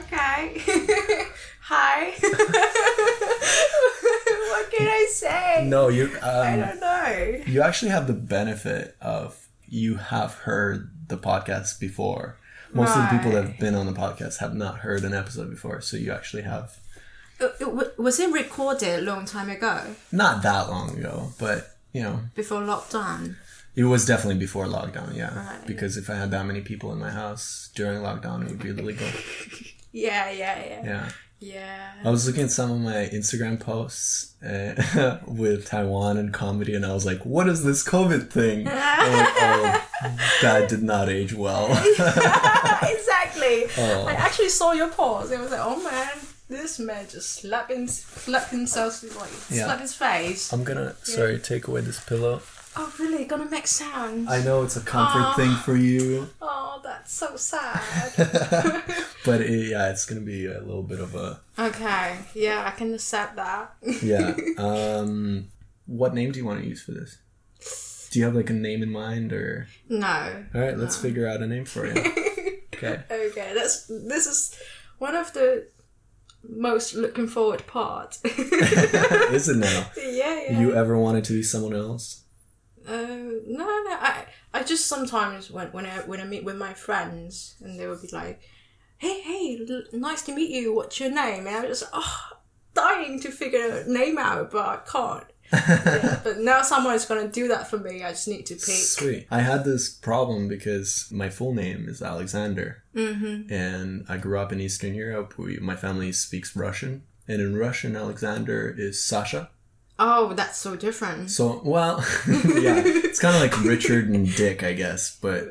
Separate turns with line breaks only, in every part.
hi. hi. what can I say?
No, you. Um,
I don't know.
You actually have the benefit of you have heard the podcast before. Most of the people that have been on the podcast have not heard an episode before, so you actually have
Uh, it w- was it recorded a long time ago
not that long ago, but you know,
before lockdown?
it was definitely before lockdown. Yeah,
Right.
because if I had that many people in my house during lockdown, it would be illegal.
Yeah, yeah, yeah,
yeah.
yeah.
I was looking at some of my Instagram posts uh, with Taiwan and comedy, and I was like, "What is this COVID thing?" I'm like, oh, that did not age well.
exactly.
Oh.
I actually saw your pause. It was like, oh man, this man just slapped, him, slapped himself, like
Yeah. Um,
slapped his face.
I'm gonna sorry take away this pillow.
Oh, really? Gonna make sound?
I know it's a comfort
Aw.
thing for you,
Oh, that's so sad.
but it, yeah, it's gonna be a little bit of a
okay, yeah, I can accept that.
yeah. Um, what name do you want to use for this? Do you have like a name in mind, or
no.
all right? Let's figure out a name for you. Okay.
Okay, that's this is one of the most looking forward part. yeah,
Is it now?
yeah.
You ever wanted to be someone else?
Um, no, no. I, I just sometimes when when I when I meet with my friends and they will be like, "Hey, hey, l- nice to meet you. What's your name?" And I'm just oh, dying to figure a name out, but I can't. Yeah, but now someone is gonna do that for me. I just need to pick.
Sweet. I had this problem because my full name is Alexander, mm-hmm. and I grew up in Eastern Europe. We, my family speaks Russian, and in Russian, Alexander is Sasha.
Oh, that's so different.
So, well, yeah, it's kind of like Richard and Dick, I guess, but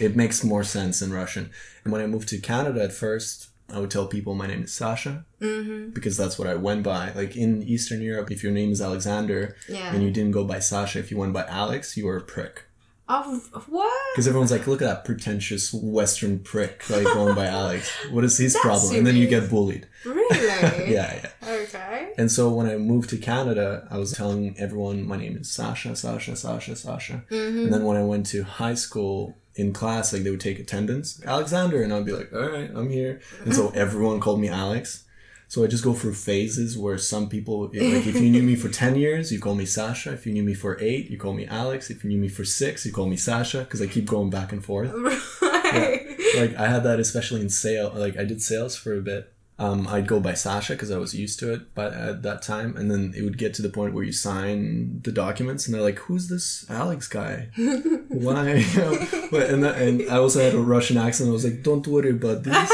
it makes more sense in Russian. And when I moved to Canada at first, I would tell people my name is Sasha because that's what I went by. Like in Eastern Europe, if your name is Alexander
Yeah.
and you didn't go by Sasha, if you went by Alex, you were a prick.
Oh, what?
Because everyone's like, look at that pretentious Western prick, like going by Alex. What is his problem? And then you get bullied.
Really?
Yeah, yeah.
Okay.
And so when I moved to Canada, I was telling everyone my name is Sasha, Sasha, Sasha, Sasha. And then when I went to high school in class, like they would take attendance, Alexander, and I'd be like, all right, I'm here. And so everyone called me Alex. So I just go through phases where some people, like if you knew me for 10 years, you call me Sasha. If you knew me for eight, you call me Alex. If you knew me for six, you call me Sasha because I keep going back and forth
Right.
like I had that especially in sale. Like I did sales for a bit. Um, I'd go by Sasha because I was used to it by at that time, and then it would get to the point where you sign the documents, and they're like, "Who's this Alex guy? Why?" but, and, that, and I also had a Russian accent. I was like, "Don't worry about this.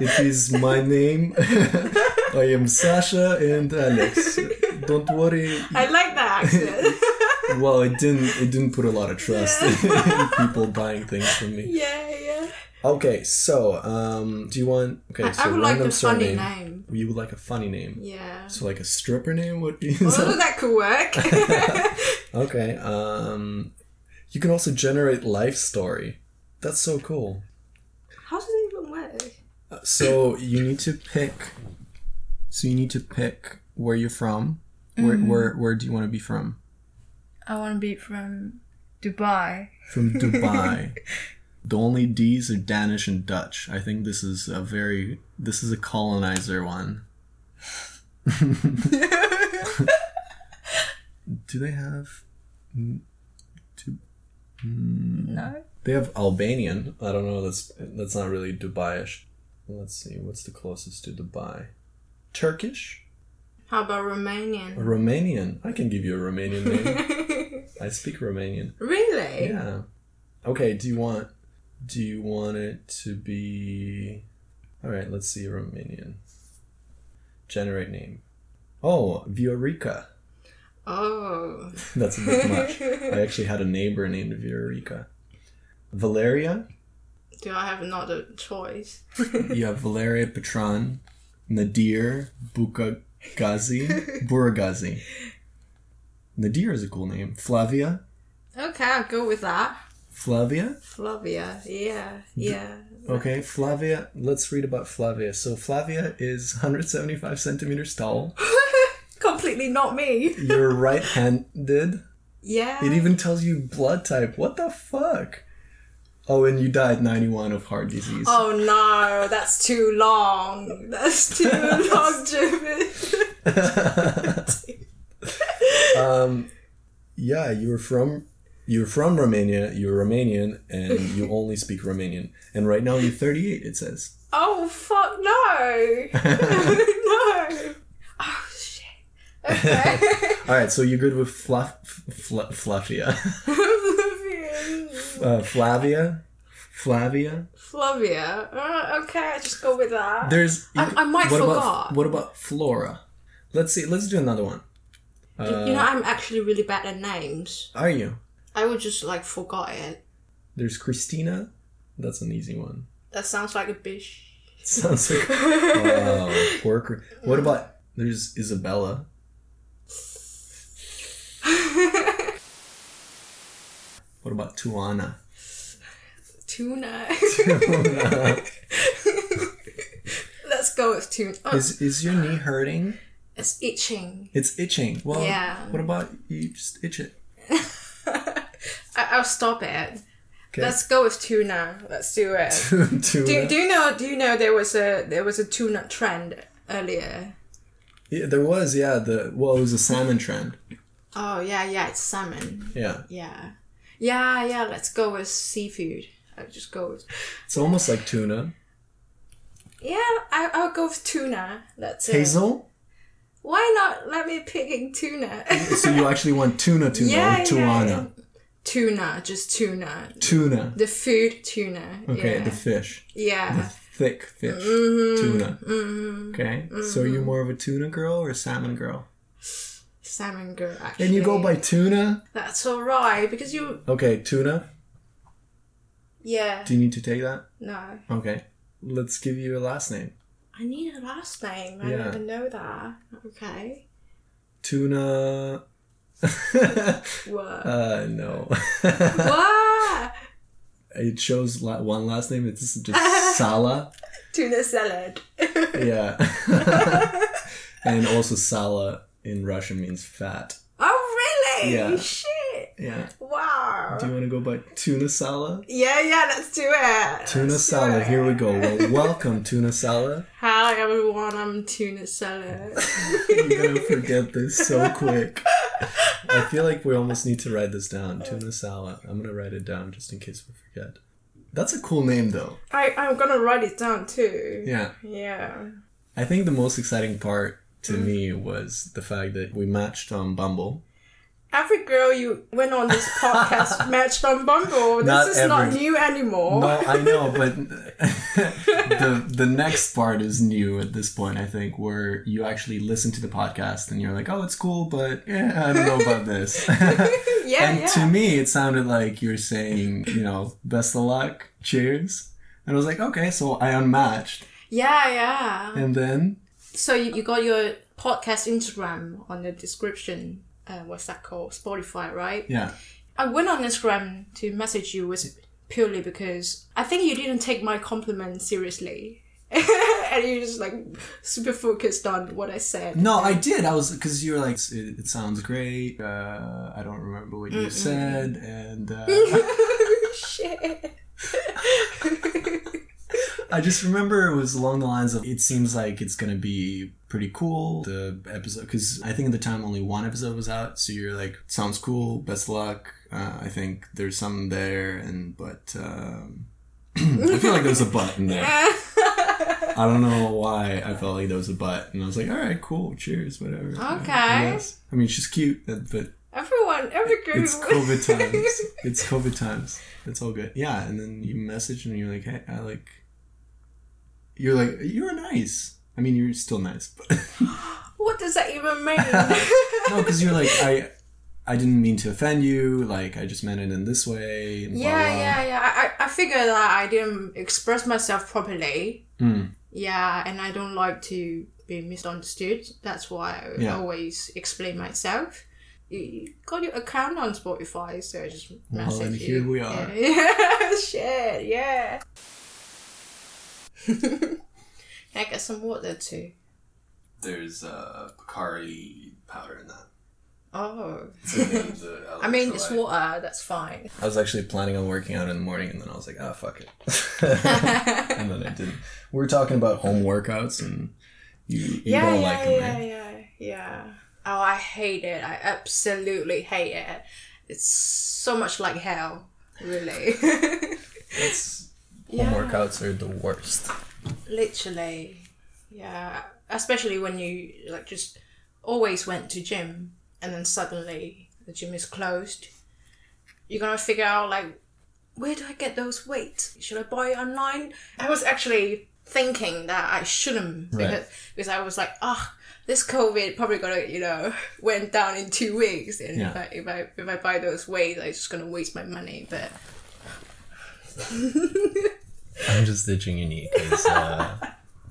It is my name. I am Sasha and Alex. Don't worry."
I like that accent.
Well, it didn't. It didn't put a lot of trust in people buying things from me.
yeah, yeah.
Okay, so um, do you want? Okay, so
I would like
random
a funny
surname.
name.
You would like a funny name.
Yeah.
So like a stripper name would be.
Well, that could work.
okay. Um, you can also generate life story. That's so cool.
How does it even work?
So you need to pick. So you need to pick where you're from. Where
Mm-hmm.
where where do you want to be from?
I want to be from Dubai.
From Dubai. the only D's are Danish and Dutch. I think this is a very this is a colonizer one. Do they have? mm,
No.
They have Albanian. I don't know. That's that's not really Dubaiish. Let's see. What's the closest to Dubai? Turkish,
How about Romanian?
Romanian. I can give you a Romanian name. I speak Romanian.
really?
Yeah. Okay. Do you want? Do you want it to be? All right. Let's see. Romanian. Generate name. Oh, Viorica.
Oh.
That's a bit much. I actually had a neighbor named Viorica. Valeria.
Do I have another choice?
You have Valeria Petran, Nadir Bukagazi, Buragazi. Nadir is a cool name. Flavia.
Okay, I'll go with that.
Flavia?
Flavia. Yeah. Yeah.
Okay, Flavia. Let's read about Flavia. So, Flavia is 175 centimeters tall.
Completely not me.
You're right handed.
Yeah.
It even tells you blood type. What the fuck? Oh, and you died 91 of heart disease.
Oh no, that's too long. That's too long, Jimmy.
um, yeah, you were from you're from Romania. You're Romanian, and you only speak Romanian. And right now you're 38. It says.
Oh fuck no, no. Oh shit. Okay.
All right, so you're good with fluff, fluff, Fluffia, uh, Flavia, Flavia.
Flavia. Uh, okay, I just go with that.
There's.
I- I might
what
forgot.
About, what about Flora? Let's see. Let's do another one.
You- you know, I'm actually really bad at names.
Are you?
I would just like forgot it.
There's Christina. That's an easy one.
That sounds like a bitch.
Sounds like wow, poor. Chris- What about there's Isabella? What about Tuana?
Tuna.
is
Let's go with tuna. Oh,
is your knee hurting?
it's itching.
It's itching. Well,
Yeah.
what about you? Just itch it.
I- I'll stop it.
Okay.
Let's go with tuna. Let's do it.
Tuna.
Do, do you know? Do you know there was a there was a tuna trend earlier?
Yeah, there was yeah the well it was a salmon trend.
Oh yeah, yeah, it's salmon.
Yeah,
Yeah, yeah, yeah. Let's go with seafood. I'll just go with.
it's almost like tuna.
Yeah, I, I'll go with tuna. That's it.
Hazel.
Why not let me picking tuna?
So you actually want tuna tuna
Yeah, yeah,
or tuana
tuna, just tuna.
tuna.
The food tuna.
Okay,
Yeah.
the fish.
yeah.
thick fish tuna. Okay, so you're more of a tuna girl or a salmon girl?
Salmon girl. Actually.
And you go by tuna.
That's all right because you.
Okay, tuna.
Yeah.
Do you need to take that?
No.
Okay, let's give you a last name.
I need a last name. I
Yeah.
don't even know that. Okay.
Tuna.
What?
uh no.
what?
it shows la- one last name. It's just Sala.
Tuna salad. Oh,
Yeah. and also Sala in Russian means fat.
oh really?
Yeah.
Shit.
Yeah.
Wow.
Do you want to go by tuna Sala?
yeah, yeah. Let's do it.
Tuna
Let's do
Sala.
it.
Here we go. Well, welcome Tuna Sala.
Hi everyone. I'm Tuna salad.
I'm gonna forget this so quick. I feel like we almost need to write this down. Tuna Sala. I'm gonna write it down just in case we forget. That's a cool name though.
I I'm gonna write it down too.
Yeah.
Yeah.
I think the most exciting part to me was the fact that we matched on Bumble.
Every girl you went on this podcast matched on Bumble. This
Not
is not
every-
new anymore.
No, I know, but the the next part is new at this point. I think where you actually listen to the podcast and you're like, "Oh, it's cool," but yeah, I don't know about this.
yeah,
and
yeah.
to me, it sounded like you're saying, you know, best of luck, cheers. And I was like, okay, so I unmatched,
yeah, yeah.
and then
So you, you got your podcast Instagram on the description. Uh, what's that called? Spotify, right?
yeah,
I went on Instagram to message you was purely because I think you didn't take my compliment seriously, and you just like super focused on what I said.
no, I did. I was because you were like, it, it sounds great. Uh, I don't remember what you said, and uh,
Shit.
I just remember it was along the lines of it seems like it's gonna be pretty cool the episode because I think at the time only one episode was out so you're like sounds cool best of luck uh, I think there's some there and but um, I feel like there's a but in there I don't know why I felt like there was a but and I was like all right cool cheers whatever
Okay.
Yes. I mean she's cute but but
Everyone, every girl.
it's COVID times. It's COVID times. It's all good. Yeah, and then you message and you're like, hey, I like. You're like, you're nice. I mean, you're still nice, but
what does that even mean?
no, because you're like, I, I didn't mean to offend you. Like, I just meant it in this way. And blah,
yeah,
blah.
yeah, yeah. I, I I figure that I didn't express myself properly.
Mm.
Yeah, and I don't like to be misunderstood. That's why I
Yeah.
always explain myself. You- You got your account on Spotify, so I just
Well,
message
and
you.
here we are.
Yeah, shit, yeah. Can I get some water too?
There's uh, Picari powder in that.
Oh.
So names are- are
I mean, it's
alike.
water. That's fine.
I was actually planning on working out in the morning, and then I was like, ah, fuck it. and then I didn't. We were talking about home workouts, and you, you
yeah,
don't
yeah,
like them,
yeah,
right?
yeah, yeah. Oh, I hate it. I absolutely hate it. It's so much like hell, really.
It's,
yeah,
Home workouts are the worst.
literally. Yeah, especially when you like just always went to gym and then suddenly the gym is closed. You're gonna figure out like, where do I get those weights? Should I buy it online? I was actually thinking that I shouldn't
Right.
because because I was like, ah, this COVID probably gonna you know went down in two weeks, and
Yeah.
if, I, if I if I buy those weights, I'm just gonna waste my money. But
I'm just itching your knee because uh,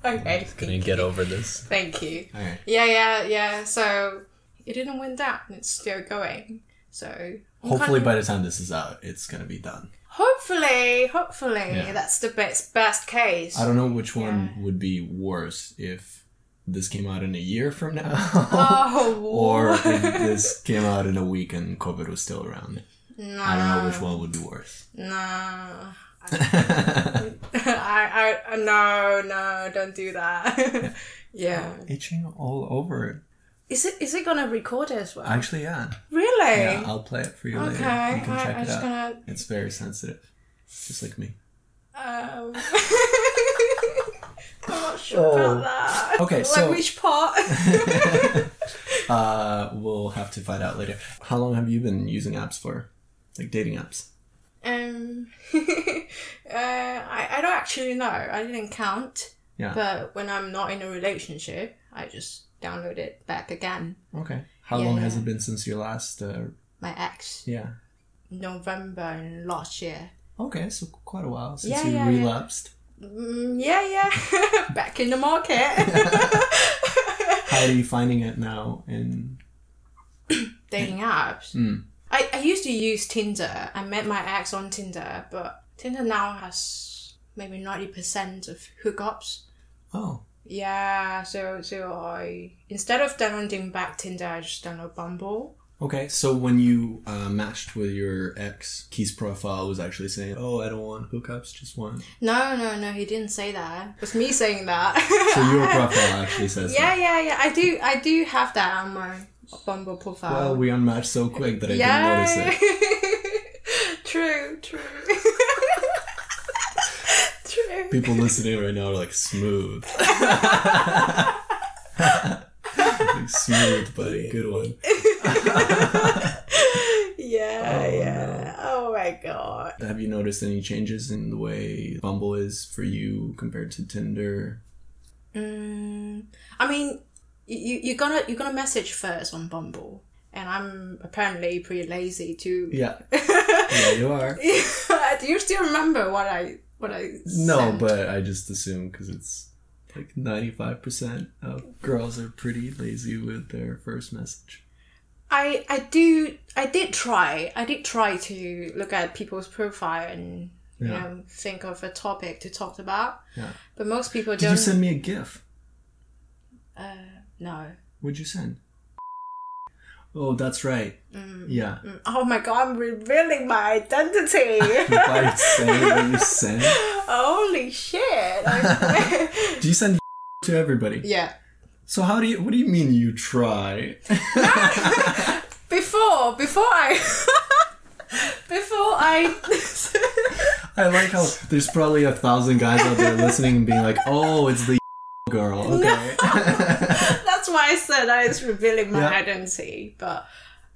okay,
I'm gonna get over this.
thank you.
All right.
Yeah, yeah, yeah. So it didn't win down. It's still going. So I'm
Hopefully,
kind of-
by the time this is out, it's gonna be done.
hopefully, hopefully,
Yeah.
that's the best best case.
I don't know which one would be worse if this came out in a year from now,
Oh,
or if this came out in a week and COVID was still around.
no,
I don't know
Um,
which one would be worse.
no. I, I, I, no, no, don't do that. yeah.
Itching all over it.
Is it, is it gonna record as well?
Actually, yeah.
really?
Yeah, I'll play it for you later.
okay.
You can
I,
check
I'm
it
just
out.
gonna.
It's very sensitive, just like me.
Um, I'm not sure
Oh.
about that.
Okay,
like
so-
which part?
Uh, we'll have to find out later. How long have you been using apps for, like dating apps?
Um, uh, I, I don't actually know. I didn't count.
Yeah.
But when I'm not in a relationship, I just download it back again.
Okay. How
Yeah,
long has
yeah.
it been since your last? Uh,
My ex,
yeah.
November in last year.
Okay, so quite a while since
Yeah,
you
yeah, yeah.
relapsed.
Mm, yeah, yeah. back in the market.
How are you finding it now? And
Dating apps.
Mm.
I, I used to use Tinder. I met my ex on Tinder, but Tinder now has maybe 90% of hookups.
oh,
Yeah, so so I instead of downloading back Tinder, I just download Bumble.
okay. So when you uh, matched with your ex, Keith's profile was actually saying, "Oh, I don't want hookups, just want."
No, no, no, he didn't say that. It was me saying that.
So your profile actually says,
yeah,
That.
yeah, yeah. I do, I do have that on my Bumble profile.
Well, we unmatched so quick that I didn't notice it.
true, true, true.
People listening right now are like smooth. Like, smooth, buddy. Good one.
yeah,
Oh,
yeah. Oh my god.
Have you noticed any changes in the way Bumble is for you compared to Tinder?
Mm, I mean, you- you you're gonna you're gonna message first on Bumble, and I'm apparently pretty lazy to.
Yeah. Yeah, you are.
Do you still remember what I what I?
No,
sent?
but I just assume because it's like 95% of girls are pretty lazy with their first message.
I I do I did try I did try to look at people's profile and you
Yeah.
know think of a topic to talk about.
Yeah.
But most people
Did
don't.
you send me a GIF?
uh, no.
What'd you send? Oh, that's right. Yeah.
Mm, Oh my god! I'm revealing my identity.
By saying what you send.
Holy shit! I-
Do you send to everybody?
yeah.
So how do you? What do you mean you try?
Before before I before I
I like how there's probably a thousand guys out there listening and being like, "Oh, it's the girl." Okay.
that's why I said I was revealing my
Yeah.
identity. But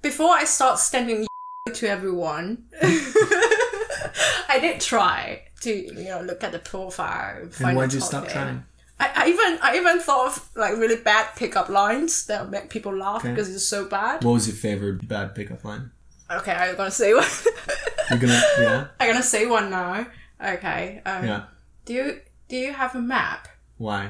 before I start sending to everyone, I did try to you know look at the profile. And
and
find
why'd
a
you stop
topic.
trying?
I, I even I even thought of like really bad pickup lines that make people laugh
Okay.
because it's so bad.
What was your favorite bad pickup line?
Okay, I'm gonna say one.
You're gonna yeah
I'm gonna say one now. Okay. Um,
yeah.
Do you do you have a map?
Why?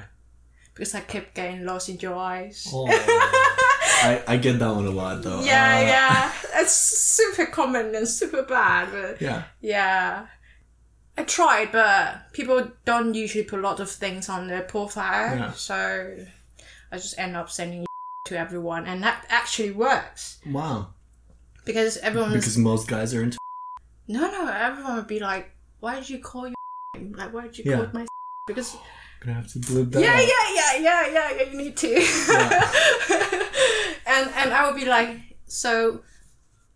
Because I kept getting lost in your eyes.
Oh. I, I get that one a lot though.
Yeah,
Uh,
yeah. It's super common and super bad, but
Yeah.
yeah. I tried, but people don't usually put a lot of things on their profile,
Yeah.
so I just end up sending to everyone, and that actually works
Wow.
because everyone was
Because most guys are into.
no, no, everyone would be like, why did you call your like why did you
Yeah.
call it my because
Gonna have to bleep that.
yeah,
out.
yeah, yeah, yeah, yeah, yeah, you need to. and and I would be like, so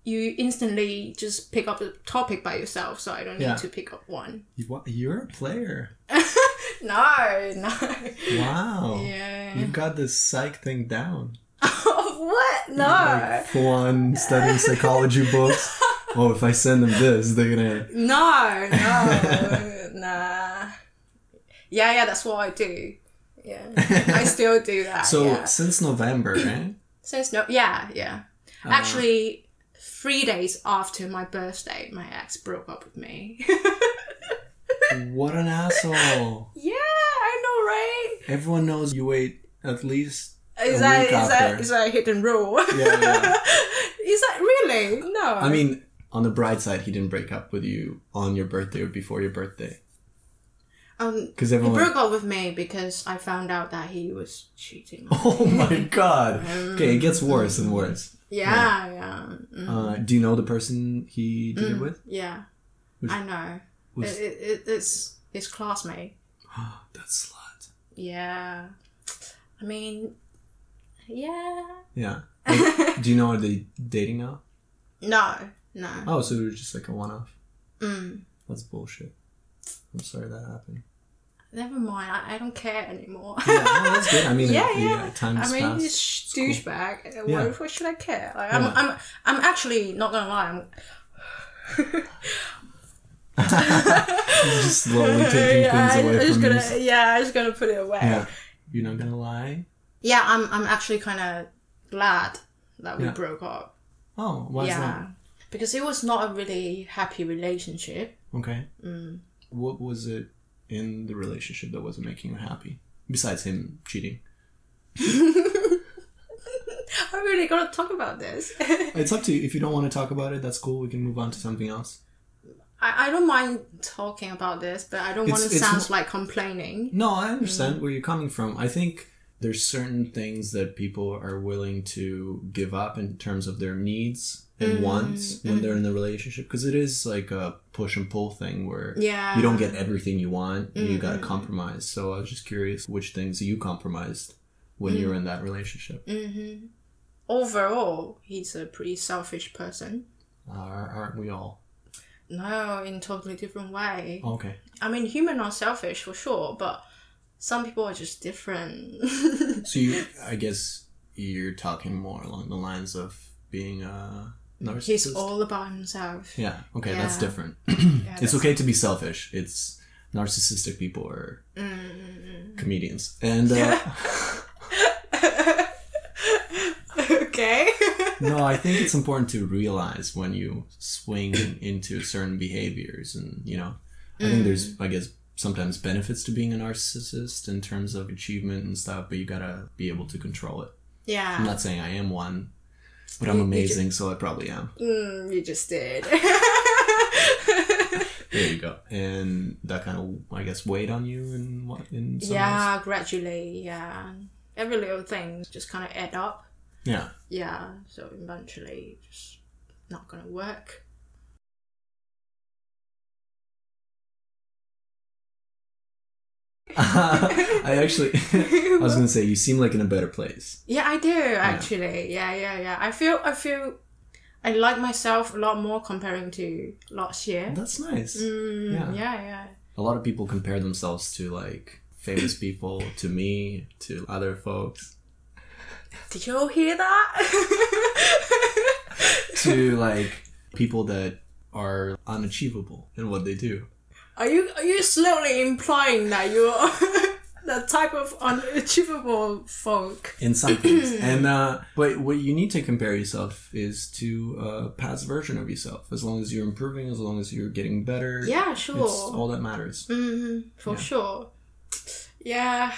you instantly just pick up a topic by yourself, so I don't need
Yeah.
to pick up one.
You, wa- you're a player.
No, no.
Wow.
Yeah.
You've got this psych thing down.
what? No.
Like full on studying psychology books. Oh, if I send them this, they're gonna.
No, no, nah. Yeah, yeah, that's what I do. Yeah, I still do that.
So
yeah.
since November, right?
since no, yeah, yeah.
Ah.
Actually, three days after my birthday, my ex broke up with me.
What an asshole!
yeah, I
Everyone knows you wait at least.
know, right? Is
A
that
week
is that
after.
is that a hidden rule?
Yeah, yeah.
is that really no?
I mean, on the bright side, he didn't break up with you on your birthday or before your birthday.
um,
Because
he
everyone.
broke up with me because I found out that he was cheating. on me.
oh my god! Okay, it gets worse and worse.
Yeah, yeah, mm,
Uh, do you know the person he did it with?
yeah.
Was-
I know.
Was
It, it, it, it's his classmate.
that slut?
Yeah. I mean, yeah.
Yeah. Like, do you know are they dating now?
No, no.
Oh, so it was just like a one-off.
Mm.
That's bullshit. I'm sorry that happened.
Never mind. I, I don't care anymore.
Yeah, no, that's good. I mean,
yeah,
it-
yeah.
time
I
has
mean,
passed.
this sh- douchebag. uh,
Yeah.
Why, why should I care? Like, I'm,
Yeah.
I'm, I'm actually not gonna lie. I'm,
He's just slowly taking
yeah,
things
I'm
away
just
from
gonna,
you.
yeah, I'm just gonna put it away.
Yeah. You're not gonna lie.
Yeah, I'm, I'm actually kind of glad that we
Yeah.
broke up.
Oh, why
yeah,
is that?
because it was not a really happy relationship.
Okay.
Mm.
What was it in the relationship that wasn't making you happy? Besides him cheating,
I really gotta talk about this.
it's up to you. If you don't want to talk about it, that's cool. We can move on to something else.
I, I don't mind talking about this, but I don't
It's-
want to
it's
sound
not-
like complaining.
No, I understand where you're coming from. I think there's certain things that people are willing to give up in terms of their needs and
Mm-hmm.
wants when they're in the relationship because it is like a push and pull thing where
Yeah. Mm-hmm.
you don't get everything you want and you got to compromise. So I was just curious which things you compromised when you were in that relationship.
hmm Overall, he's a pretty selfish person.
Are aren't we all?
No, in totally different way.
Okay.
I mean, human are selfish for sure, but some people are just different.
So you, I guess you're talking more along the lines of being a narcissist.
he's all about himself.
Yeah. Okay, that's
Yeah.
different.
Yeah,
it's
that's-
okay to be selfish. It's narcissistic people or
Mm.
comedians. And uh,
okay.
no, I think it's important to realize when you swing into certain behaviors, and you know, I think
Mm.
there's, I guess, sometimes benefits to being a narcissist in terms of achievement and stuff, but you gotta be able to control it. I'm
yeah.
not saying I am one, but I'm amazing, so I probably am.
Mm, you just did.
There you go. And that kind of, I guess, weighed on you and what in some ways?
yeah, gradually, yeah. Every little thing just kind of add up.
yeah.
Yeah, so eventually it's not gonna work.
I actually, I was gonna say, you seem like in a better place.
Yeah, I do actually. Yeah, yeah, yeah. I feel, I feel, I like myself a lot more comparing to last year.
That's nice.
Mm,
Yeah.
yeah, yeah,
A lot of people compare themselves to like famous people, to me, to other folks,
Did you all hear that?
to like people that are unachievable in what they do.
are you are you slowly implying that you're the type of unachievable folk?
in some things. and uh, but what you need to compare yourself is to a past version of yourself. As long as you're improving, as long as you're getting better,
Yeah,
it's
sure.
all that matters.
Mm, for sure. Yeah.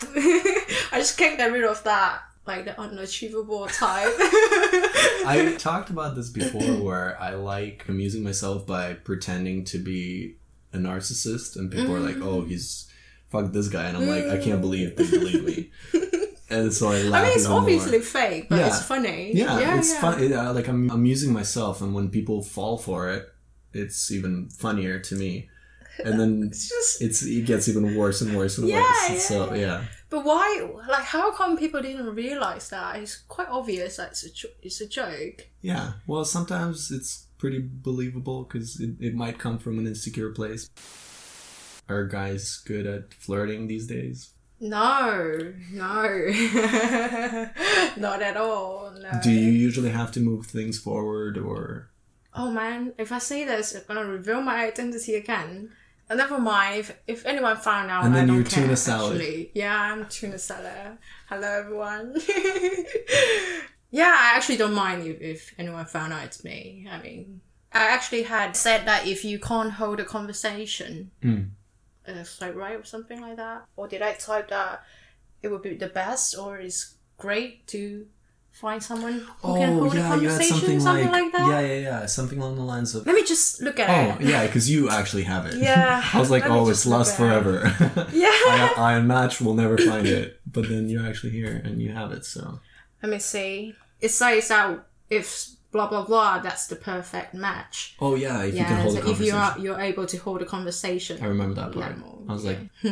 I just can't get rid of that, like the unachievable type.
I talked about this before, where I like amusing myself by pretending to be a narcissist, and people are like, "Oh, he's fuck this guy," and I'm like, "I can't believe they believe me." and so I laugh.
I mean, it's
even more.
obviously fake, but
Yeah.
it's funny.
Yeah, it's fun. It, uh, like I'm, I'm using myself, and when people fall for it, it's even funnier to me. And then
It's just,
it's it gets even worse and worse and
Yeah,
worse.
yeah,
so
yeah.
yeah,
but why? Like, how come people didn't realize that? It's quite obvious that it's a jo- it's a joke.
yeah. Well, sometimes it's pretty believable because it, it might come from an insecure place. Are guys good at flirting these days?
No, no, not at all. No.
Do you usually have to move things forward, or
Oh man, if I say this, I'm gonna reveal my identity again. Uh, never mind. If, if anyone found out,
And
I
then
don't
you're
care,
tuna salad.
Actually. Yeah, I'm tuna salad. Hello, everyone. yeah, I actually don't mind if, if anyone found out it's me. I mean, I actually had said that if you can't hold a conversation,
Mm.
uh, it's like right or something like that. Or did I type that it would be the best or it's great to find someone
Oh,
who can hold a conversation, something, like, that?
yeah, yeah, yeah, something along the lines of
Let me just look at
Oh
it.
yeah, because you actually have it.
Yeah.
I was like,
Let me
oh,
just
it's
look
lost
at it.
forever.
Yeah.
I, Iron Match will never find it, but then you're actually here and you have it. So
Let me see. It says that if blah blah blah, that's the perfect match.
oh yeah, if you can
yeah,
hold
so
a
if you
conversation,
are you're able to hold a
I
conversation.
remember that part.
Level,
I was like,
yeah.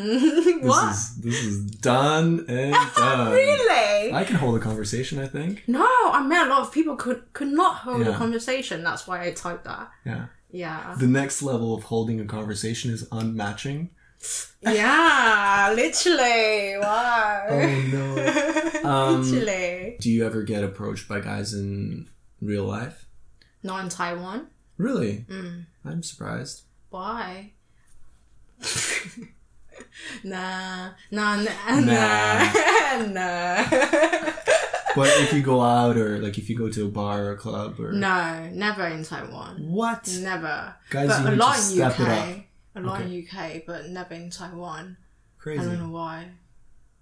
this
what?
is this is done and done.
really?
I can hold a conversation. I think.
no, I mean a lot of people could could not hold a
Yeah.
conversation. That's why I typed that.
Yeah.
Yeah.
The next level of holding a conversation is unmatching.
yeah. Literally. Wow.
Oh no. Um,
literally.
do you ever get approached by guys in real life?
Not in Taiwan.
Really?
Mm.
I'm surprised.
Why? nah, nah, nah, nah,
Nah.
nah.
But if you go out or like if you go to a bar or a club or
no, never in Taiwan.
what
Never.
Guys, you
but a
need
lot
to
in
step
UK.
it up.
A lot in UK, but never in Taiwan. I
crazy?
don't know why.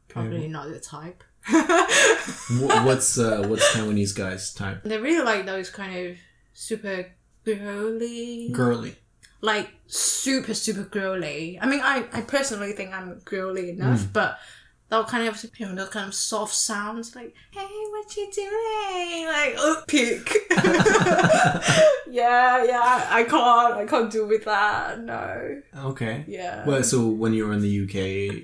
Probably not the type.
Wh- what's uh, what's Taiwanese guys type?
They really like those kind of super girly,
Girly.
like super super girly. I mean, I, I personally think I'm girly enough, but that kind of you know that kind of soft sounds like hey, what you doing? Like oh, puke. yeah, yeah, I, I can't, I can't deal with that. No,
Okay.
yeah.
Well, so when you were in the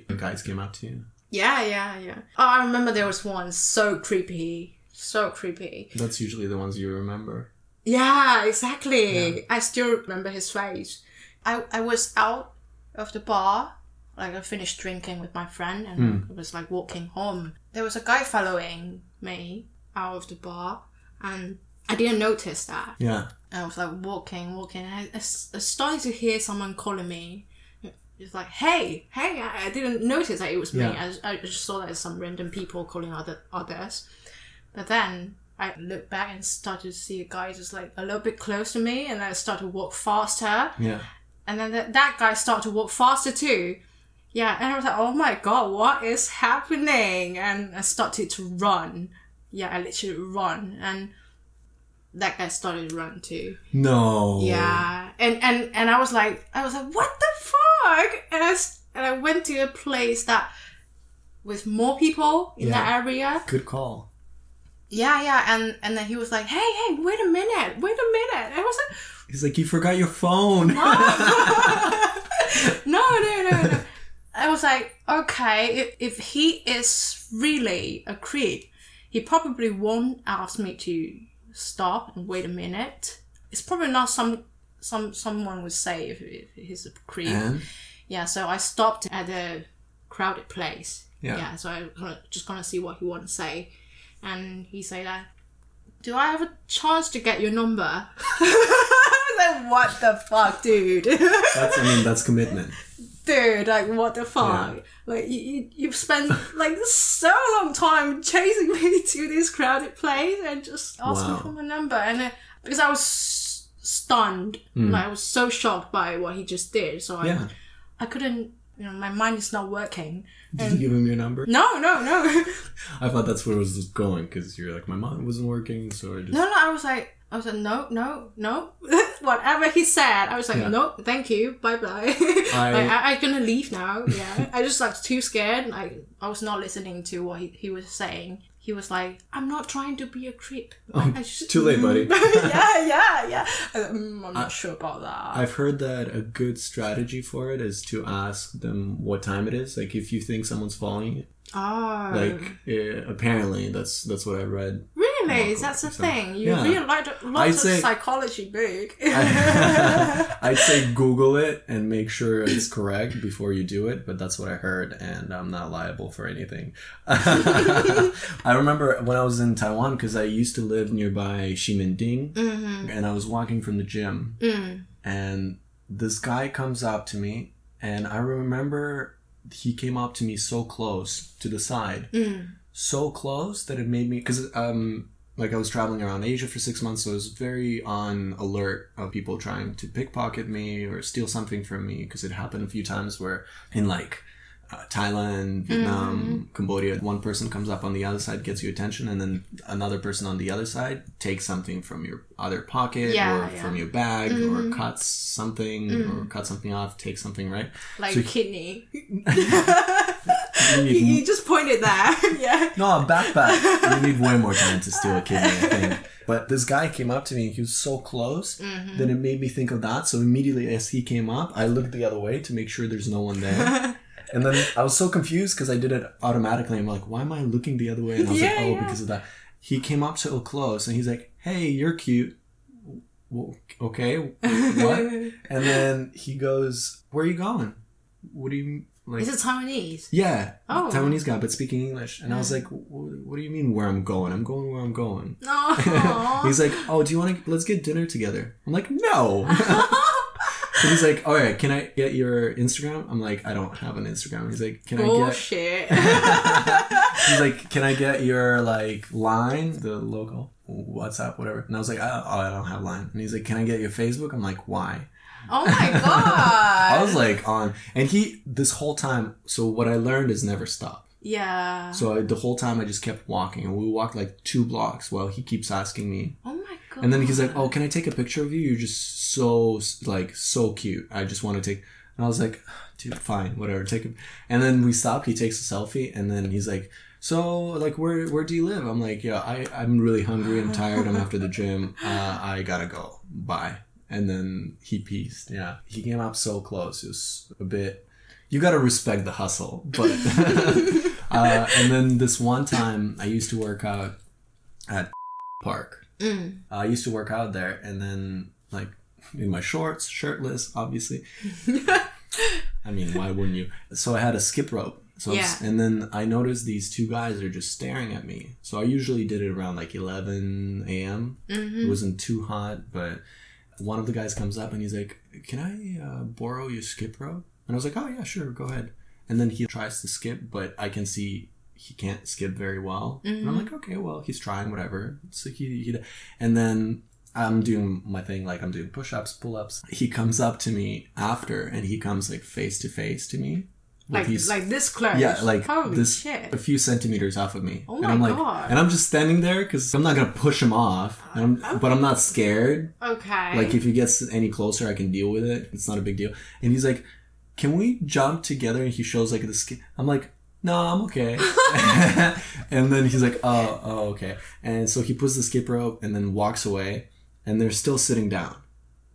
UK, guys came up to you.
Yeah, yeah, yeah. Oh, I remember there was one so creepy, so creepy.
That's usually the ones you remember.
Yeah, exactly. I still remember his face. I, I was out of the bar, like I finished drinking with my friend and I was like walking home. There was a guy following me out of the bar and I didn't notice that.
Yeah.
I was like walking, walking, and I, I s- I started to hear someone calling me. It's like, hey, hey, I, I didn't notice that it was me.
Yeah.
I, just- I just saw that some random people calling other others. But then I looked back and started to see a guy just like a little bit close to me, and I started to walk faster.
Yeah.
And then th- that guy started to walk faster too. Yeah, and I was like, oh my god, what is happening? And I started to run. Yeah, I literally run. And that guy started to run too.
No.
Yeah, and and and I was like, I was like, what the fuck? And I s- and I went to a place that with more people in
Yeah.
that area.
Good call.
Yeah, yeah, and and then he was like, hey, hey, wait a minute, wait a minute. And I was like,
He's like, you forgot your phone.
no, no, no, no. I was like, okay, if, if he is really a creep, he probably won't ask me to stop and wait a minute. It's probably not some some someone would say if, if he's a creep.
and
Yeah, so I stopped at a crowded place.
Yeah.
so I kinda- just gonna see what he want to say, and he say that, "Do I have a chance to get your number?" I was like, what the fuck, dude.
that's I mean that's commitment.
dude, like what the fuck?
Yeah.
Like you, you, you've spent like so long time chasing me to this crowded place and just asking
Wow.
for my number, and uh, because I was s- stunned, like I was so shocked by what he just did, so I,
Hmm. Yeah.
I couldn't. You know, my mind is not working.
Did you give him your number?
No, no, no,
I thought that's where it was going because you're like my mom wasn't working, so I just
no, no. I was like, I was like, no, no, no. whatever he said. I was like,
Yeah.
no, thank you, bye bye. like, I, I'm gonna leave now. Yeah, I just like too scared. Like I was not listening to what he, he was saying. He was like, I'm not trying to be a creep. Like, I just,
Oh, too late, buddy.
yeah, yeah, yeah. I was like, "Mm, I'm not sure about that.
I've heard that a good strategy for it is to ask them what time it is. Like if you think someone's following you,
oh,
like eh, apparently that's that's what I read.
really?
Marco
That's a
or something.
thing. You
Yeah.
read a lot, lot
I'd
of
say-
psychology book.
I'd say Google it and make sure it's correct before you do it, but that's what I heard, and I'm not liable for anything. I remember when I was in Taiwan because I used to live nearby Ximending,
mm-hmm.
and I was walking from the gym,
mm.
and this guy comes up to me, and I remember he came up to me so close to the side,
Mm.
so close that it made me because um like I was traveling around Asia for six months, so I was very on alert of people trying to pickpocket me or steal something from me because it happened a few times where in like uh, Thailand,
Mm-hmm.
Vietnam, Cambodia, one person comes up on the other side, gets your attention, and then another person on the other side takes something from your other pocket
Yeah,
or
yeah. Mm.
from your bag
Mhm.
or cuts something or cuts something off, takes something, right?
Like
So-
kidney.
You need
you just pointed there. yeah.
No, a backpack. you need way more time to steal a kidney, I think. But this guy came up to me and he was so close
Mm-hmm.
that it made me think of that. So immediately as he came up, I looked the other way to make sure there's no one there. and then I was so confused because I did it automatically. I'm like, why am I looking the other way? And I was like,
Yeah,
oh,
yeah.
because of that. He came up so close and he's like, hey, you're cute. W- Okay, uh, what? and then he goes, where are you going? What do you like?
Is it Taiwanese?
Yeah,
Oh.
Taiwanese guy, but speaking English. And I was like, "Wh- "What do you mean where I'm going? I'm going where I'm going."
No.
he's like, "Oh, do you want to? Let's get dinner together." I'm like, "No." And he's like, "All right, can I get your Instagram?" I'm like, "I don't have an Instagram." He's like, "Can
Bullshit.
I get?" he's like, "Can I get your like line, the logo, WhatsApp, whatever?" And I was like, I, "Oh, I don't have line." And he's like, "Can I get your Facebook?" I'm like, "Why?"
oh my god.
I was like, "On." And he this whole time. So what I learned is never stop.
yeah.
So I, the whole time I just kept walking, and we walked like two blocks while he keeps asking me.
oh my god.
And then he's like, "Oh, can I take a picture of you? You're just so like so cute. I just want to take." And I was like, "Ah, "Dude, fine, whatever. Take it." And then we stop. He takes a selfie, and then he's like, "So, like, where where do you live?" I'm like, "Yeah, I I'm really hungry. I'm tired. I'm after the gym. Uh, I gotta go. Bye." And then he peaced. Yeah, he came up so close. It was a bit. You gotta respect the hustle, but. uh, and then this one time, I used to work out at Park. Uh,
Mm.
I used to work out there, and then like in my shorts, shirtless, obviously. I mean, why wouldn't you? So I had a skip rope. So I was-
Yeah.
and then I noticed these two guys are just staring at me. So I usually did it around like 11 a.m.
mm-hmm. Mm.
It wasn't too hot, but one of the guys comes up and he's like, "Can I uh, borrow your skip rope?" And I was like, "Oh yeah, sure, go ahead." And then he tries to skip, but I can see he can't skip very well. And
Mm-hmm.
I'm like, "Okay, well, he's trying, whatever." So he, he and then I'm doing my thing, like I'm doing push-ups, pull-ups. He comes up to me after, and he comes like face to face to me.
like
he's-
like this close.
yeah, like
holy
this
shit.
a few centimeters off of me.
Oh
and
my
I'm like,
God.
And I'm just standing there because I'm not gonna push him off, and I'm, but I'm not scared.
Okay.
Like if he gets any closer, I can deal with it. It's not a big deal. And he's like, "Can we jump together?" And he shows like the skin. I'm like, "No, I'm okay." and then he's like, "Oh, oh, okay." And so he puts the skip rope and then walks away. And they're still sitting down,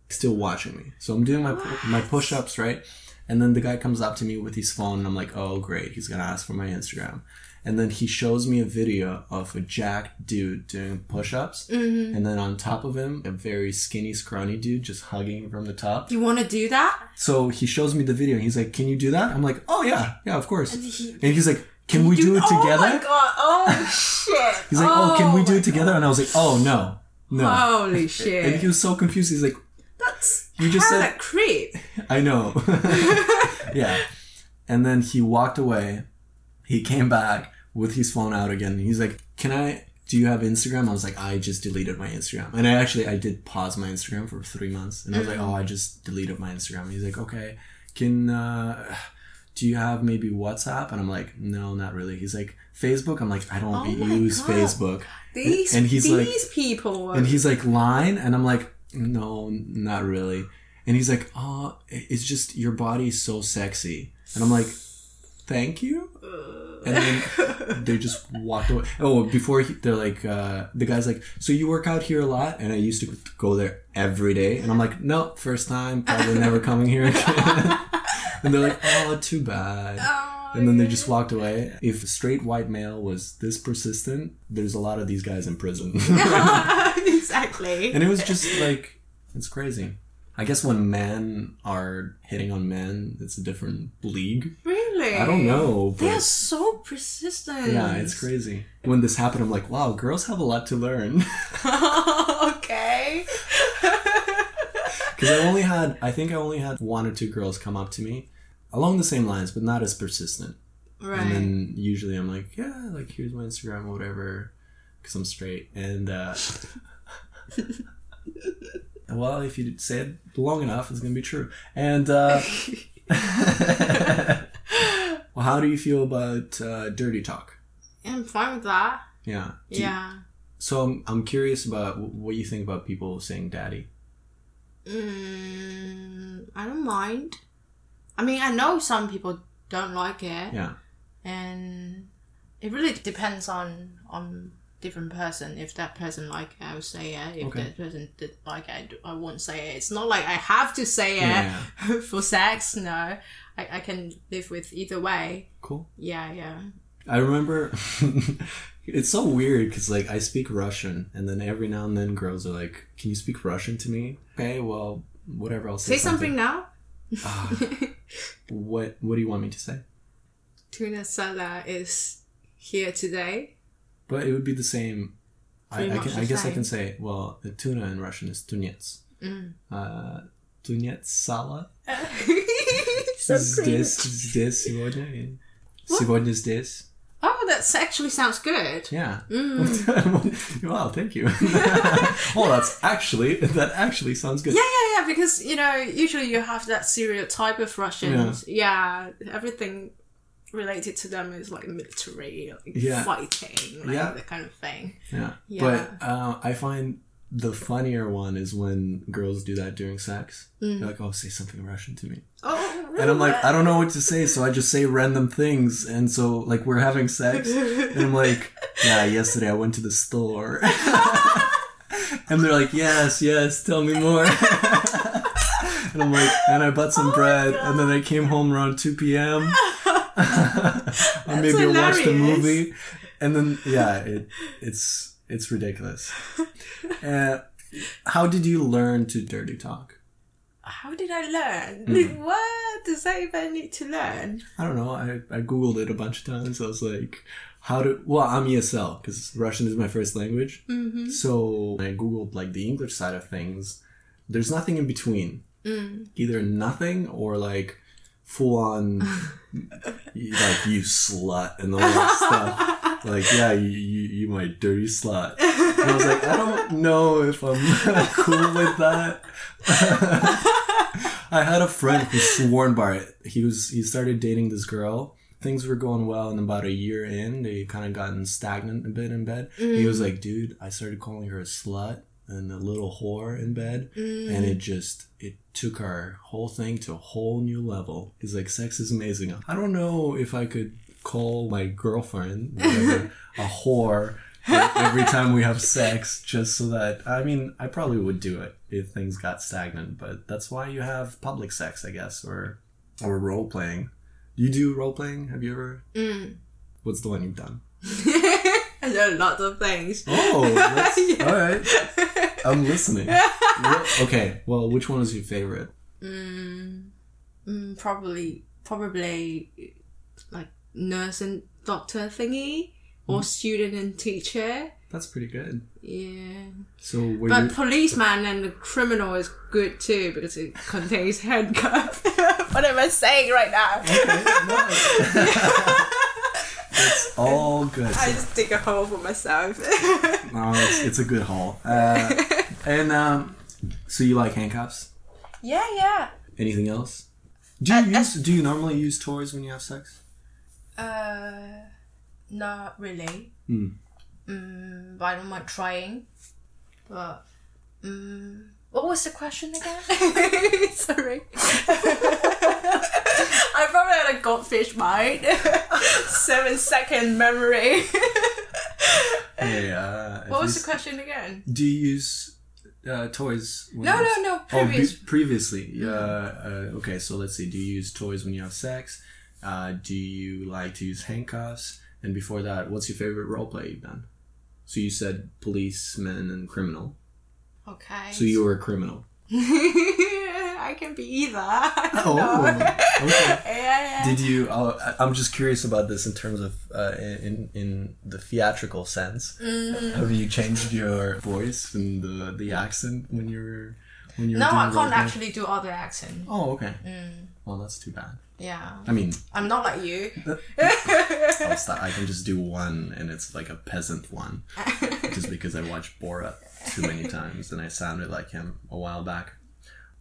still watching me. So I'm doing my my push ups right. And then the guy comes up to me with his phone, and I'm like, "Oh, great, he's gonna ask for my Instagram." And then he shows me a video of a jacked dude doing push ups.
Mm-hmm.
And then on top of him, a very skinny, scrawny dude just hugging him from the top.
you want to do that?
So he shows me the video and he's like, Can you do that? I'm like, Oh, yeah, yeah, of course. And,
he-
he's like, Can we do it
Oh my
together?
god. Oh shit.
He's like, Oh, can we do
my-
it together? And I was like, Oh, no, no.
Holy
And he
shit.
was so confused. He's like,
That's
You just
hella
said-
creep.
I know. yeah. And then he walked away. He came back with his phone out again. And he's like, Can I do you have Instagram? I was like, I just deleted my Instagram. And I actually I did pause my Instagram for three months. And I
Mm.
was like, Oh, I just deleted my Instagram. And he's like, Okay, can uh do you have maybe WhatsApp? And I'm like, No, not really. He's like, Facebook? I'm like, I don't
Oh my
use
God.
Facebook.
These
and he's like-
these people.
And he's like, Line? And I'm like, no, not really. And he's like, oh, it's just your body's so sexy. And I'm like, thank you. And then they just walked away. Oh, before he, they're like, uh, the guy's like, so you work out here a lot? And I used to go there every day. And I'm like, no, first time, probably never coming here again. and they're like, oh, too bad.
Oh,
And then they just walked away. If a straight white male was this persistent, there's a lot of these guys in prison.
exactly.
and it was just like, it's crazy. I guess when men are hitting on men, it's a different league.
really?
I don't know.
They are
But
so persistent.
yeah, it's crazy. When this happened, I'm like, wow, girls have a lot to learn.
okay.
Because I only had, I think I only had one or two girls come up to me along the same lines, but not as persistent.
right.
And then usually I'm like, yeah, like here's my Instagram, or whatever, because I'm straight. And uh, well, if you say it long enough, it's gonna be true. And uh, well, how do you feel about uh, dirty talk?
I'm fine with that.
Yeah. Do you-
Yeah.
so I'm, I'm curious about wh- what you think about people saying "daddy."
Mm, I don't mind. I mean, I know some people don't like it,
Yeah.
and it really depends on on different person. If that person like it, I would say it. If
Okay.
that person did like it, I d- I won't say it. It's not like I have to say it
Yeah.
for sex. No, I, I can live with either way.
Cool.
Yeah, yeah.
I remember it's so weird because like I speak Russian, and then every now and then girls are like, "Can you speak Russian to me?" Okay, well, whatever. I'll say,
Say something now.
Ah. What What do you want me to say?
Tuna Sala is here today.
But it would be the same. I,
Pretty
I
much
can.
the
I guess I
same.
can say well, the tuna in Russian is tunets.
Mm.
Uh, tunets sala.
So cringe.
Здесь, здесь сегодня. Сегодня здесь.
Oh, that actually sounds good.
Yeah.
Mm.
wow, thank you. well, that's actually that actually sounds good.
Yeah, yeah, yeah. Because you know, usually you have that stereotype of Russians. Yeah, everything related to them is like military, like
Yeah.
fighting, like
Yeah.
that kind of thing.
Yeah.
Yeah.
But uh, I find the funnier one is when girls do that during sex.
Mm.
They're like, oh, say something Russian to me.
Oh,
And I'm like, uh, I don't know what to say, so I just say random things. And so, like, we're having sex. And I'm like, yeah, yesterday I went to the store. and they're like, yes, yes, tell me more. and I'm like, and I bought some bread. And then I came home around 2 p.m. or maybe I watched a
hilarious.
movie. And then, yeah, it, it's, it's ridiculous. Uh, how did you learn to dirty talk?
how did I learn?
Hmm.
What does that even need to learn?
I don't know. I, I googled it a bunch of times. I was like, how do? Well, I'm E ESL because Russian is my first language.
Mm-hmm.
So I googled like the English side of things. There's nothing in between. Either nothing or like full on like you slut and all that stuff. Like yeah, you, you you my dirty slut. And I was like, I don't know if I'm cool with that. I had a friend who sworn by it. He was he started dating this girl. Things were going well, and about a year in, they kind of gotten stagnant a bit in bed. He was like, "Dude, I started calling her a slut and a little whore in bed,
Mm-hmm.
and it just it took our whole thing to a whole new level." He's like, "Sex is amazing. I don't know if I could call my girlfriend whatever, a whore." like, E-, every time we have sex just so that i mean i probably would do it if things got stagnant but that's why you have public sex i guess or or role playing you do role playing have you ever
Mm.
what's the one you've done
I know lots of things.
oh that's,
Yeah.
all right i'm listening Wha- okay well which one is your favorite
Mm, mm, probably, probably like nurse and doctor thingy or student and teacher.
that's pretty good
Yeah,
so were
but
you
policeman and the criminal is good too because it contains handcuff. what am I saying right now?
Okay, no. it's all good
I just dig a hole for myself.
no, it's, it's a good haul uh, and um, so you like handcuffs
yeah, yeah.
Anything else? Do you use? do you normally use toys when you have sex?
Uh, not really.
Hmm.
Mm, but I don't mind trying. But mm,
What was the question again?
Sorry. I probably had a goldfish mind. Seven second memory.
Yeah. Uh,
what was the question again?
Do you use uh, toys? When
No,
you have-
no, no.
Oh,
Previous. Mm-hmm.
pre- previously. Yeah. Uh, okay, so let's see. Do you use toys when you have sex? Uh, do you like to use handcuffs? And before that, what's your favorite role play you've done? So you said policeman and criminal.
okay.
So you were a criminal.
I can be either. I
Oh.
don't know.
okay.
yeah.
Did you? Oh,
uh,
I- I'm just curious about this in terms of uh, in in the theatrical sense.
Mm-hmm.
Have you changed your voice and the the accent when you were when you were
No,
doing
I
role
can't
play?
actually Mm. do other accent.
Oh, okay. Well, that's too bad.
Yeah.
I mean,
I'm not like you.
I'll stop. I can just do one, and it's like a peasant one, just because I watched Borat too many times, and I sounded like him a while back.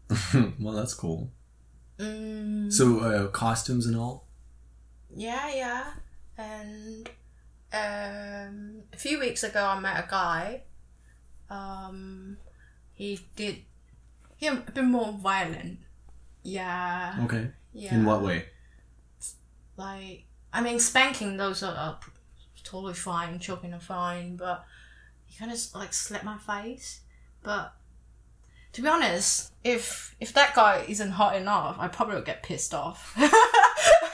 well, that's cool. So uh, costumes and
Mm,
all.
Yeah, yeah. And um, a few weeks ago, I met a guy. Um, he did. He a bit more violent. Yeah.
Okay.
Yeah.
In what way?
Like, I mean, spanking those are, are totally fine. Choking are fine, but he kind of like slapped my face. But to be honest, if if that guy isn't hot enough, I probably would get pissed off.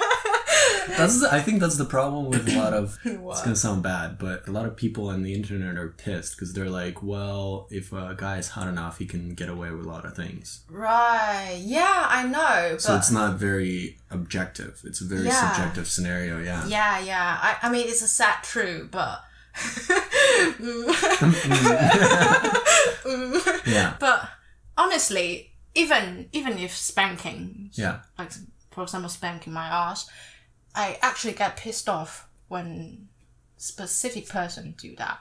That's the, I think that's the problem with a lot of. It's
What?
gonna sound bad, but a lot of people on the internet are pissed because they're like, "Well, if a guy is hot enough, he can get away with a lot of things."
Right. Yeah, I know. But
So it's not very objective. It's a very
Yeah.
subjective scenario. Yeah.
yeah, yeah. I, I mean, it's a sad truth, but.
Yeah.
but honestly, even even if spanking,
Yeah.
like for example, spanking my ass, I actually get pissed off when specific person do that.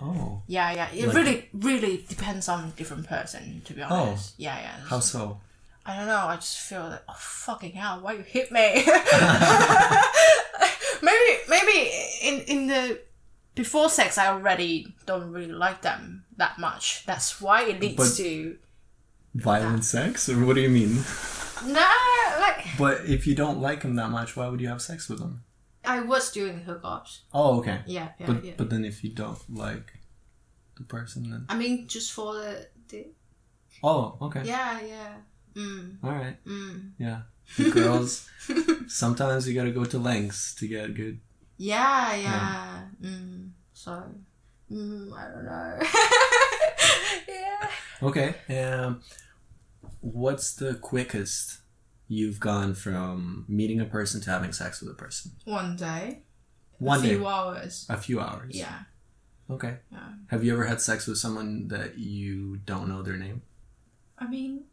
Oh.
Yeah, yeah. It
Like- Oh,
really, really depends on different person. To be honest. Yeah, yeah.
How so?
I don't know. I just feel like, oh fucking hell, why you hit me? maybe, maybe in in the before sex, I already don't really like them that much. That's why it leads
But-
to
Violent sex, or what do you mean?
no. Like
But if you don't like him that much, why would you have sex with him?
I was doing hookups.
Oh, okay.
Yeah, yeah,
but
yeah.
but then if you don't like the person, then
I mean, just for the, the
oh, okay,
yeah, yeah. Mm,
all right,
mm.
yeah. You girls, sometimes you gotta go to lengths to get good.
Yeah, yeah. Mm. So, mm, I don't know. yeah.
Okay. Um, what's the quickest you've gone from meeting a person to having sex with a person?
One day,
One
a
day,
few hours.
a few hours.
Yeah.
Okay.
Yeah.
Have you ever had sex with someone that you don't know their name?
I mean,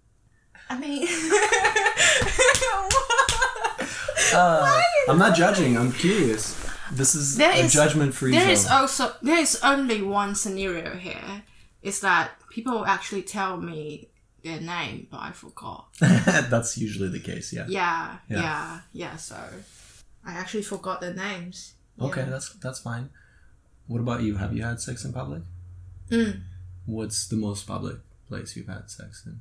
I mean.
Uh, I'm not judging. I'm curious. This is
There
a
is-
judgment-free
there
zone.
is also there is only one scenario here. Is that people actually tell me their name, but I forgot.
That's usually the case. Yeah.
Yeah,
Yeah.
yeah, yeah. so I actually forgot their names.
Okay,
Yeah.
that's that's fine. What about you? Have you had sex in public?
Mm.
What's the most public place you've had sex in?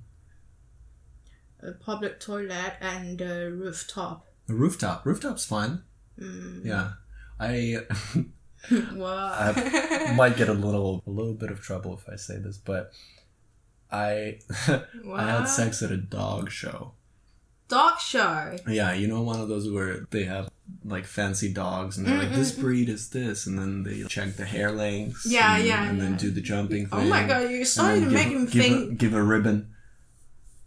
A public toilet and a rooftop.
A rooftop. Rooftop's fun.
Mm.
Yeah. I
What?
Might get a little a little bit of trouble if I say this, but I
I had
What?
sex at a dog show.
Dog show.
Yeah, you know one of those where they have like fancy dogs and they're like this breed is this and then they check the hair lengths
Yeah,
and,
yeah,
and then
yeah.
do the jumping thing.
Oh my god! You
and
started to
then
make
give,
him
give
think.
A, give a ribbon.